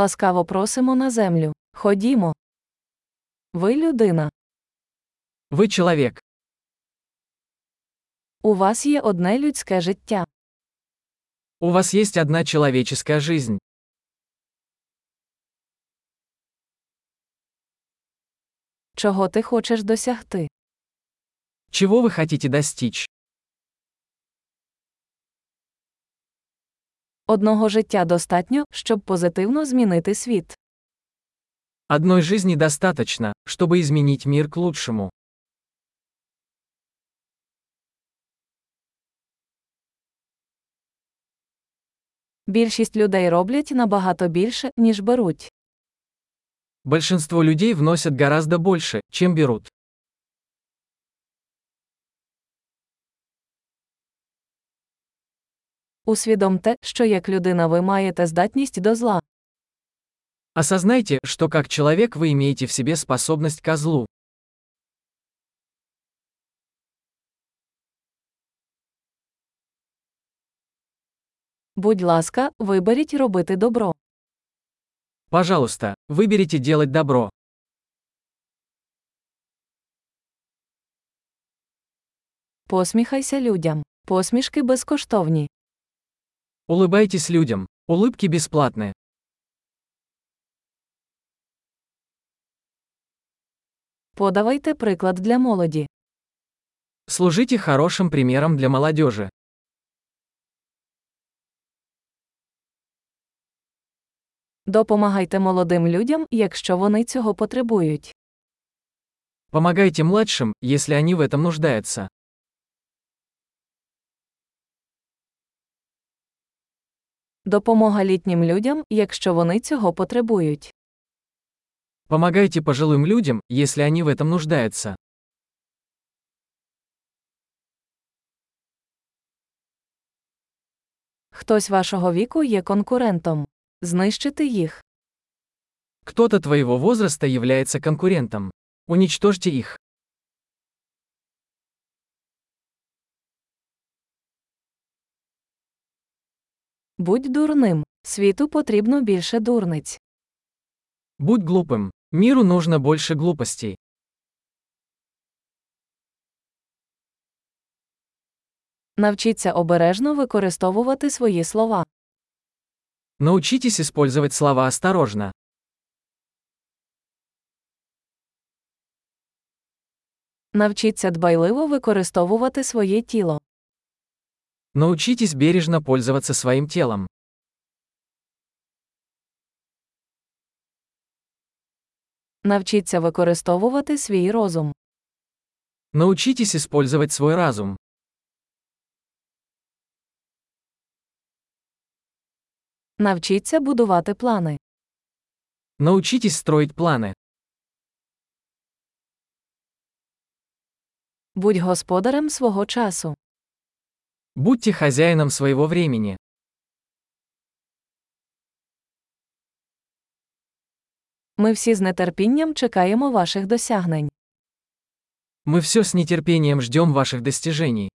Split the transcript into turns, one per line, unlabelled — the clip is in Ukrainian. Ласкаво просимо на землю. Ходімо. Ви людина.
Вы человек.
У вас є одне людське життя.
У вас есть одна человеческая жизнь.
Чого ти хочеш досягти?
Чего вы хотите достичь?
Одного життя достатньо, щоб позитивно змінити світ.
Одной жизни достаточно, чтобы изменить мир к лучшему.
Більшість людей роблять набагато більше, ніж беруть.
Большинство людей вносят гораздо больше, чем берут.
Усвідомте, що як людина ви маєте здатність до зла.
Осознайте, что как человек вы имеете в себе способность ко злу.
Будь ласка, виберіть робити добро.
Пожалуйста, выберите делать добро.
Посміхайся людям. Посмішки безкоштовні.
Улыбайтесь людям. Улыбки бесплатны.
Подавайте приклад для молоді.
Служите хорошим примером для молодежи.
Допомагайте молодим людям, якщо вони цього потребують.
Помогайте младшим, если они в этом нуждаются.
Допомога літнім людям, якщо вони цього потребують.
Помогайте пожилым людям, если они в этом нуждаются.
Хтось вашого віку є конкурентом. Знищити їх.
Кто-то твоего возраста является конкурентом. Уничтожьте их.
Будь дурним. Світу потрібно більше дурниць.
Будь глупым. Миру нужно больше глупостей.
Навчіться обережно використовувати свої слова.
Научитесь использовать слова осторожно.
Навчіться дбайливо використовувати своє тіло.
Научитесь бережно пользоваться своим телом.
Навчіться використовувати свій розум.
Научитесь использовать свой разум.
Навчіться будувати плани.
Научитесь строить планы.
Будь господарем свого часу.
Будьте хозяином своего времени.
Ми всі з нетерпінням чекаємо ваших досягнень.
Мы все с нетерпением ждем ваших достижений.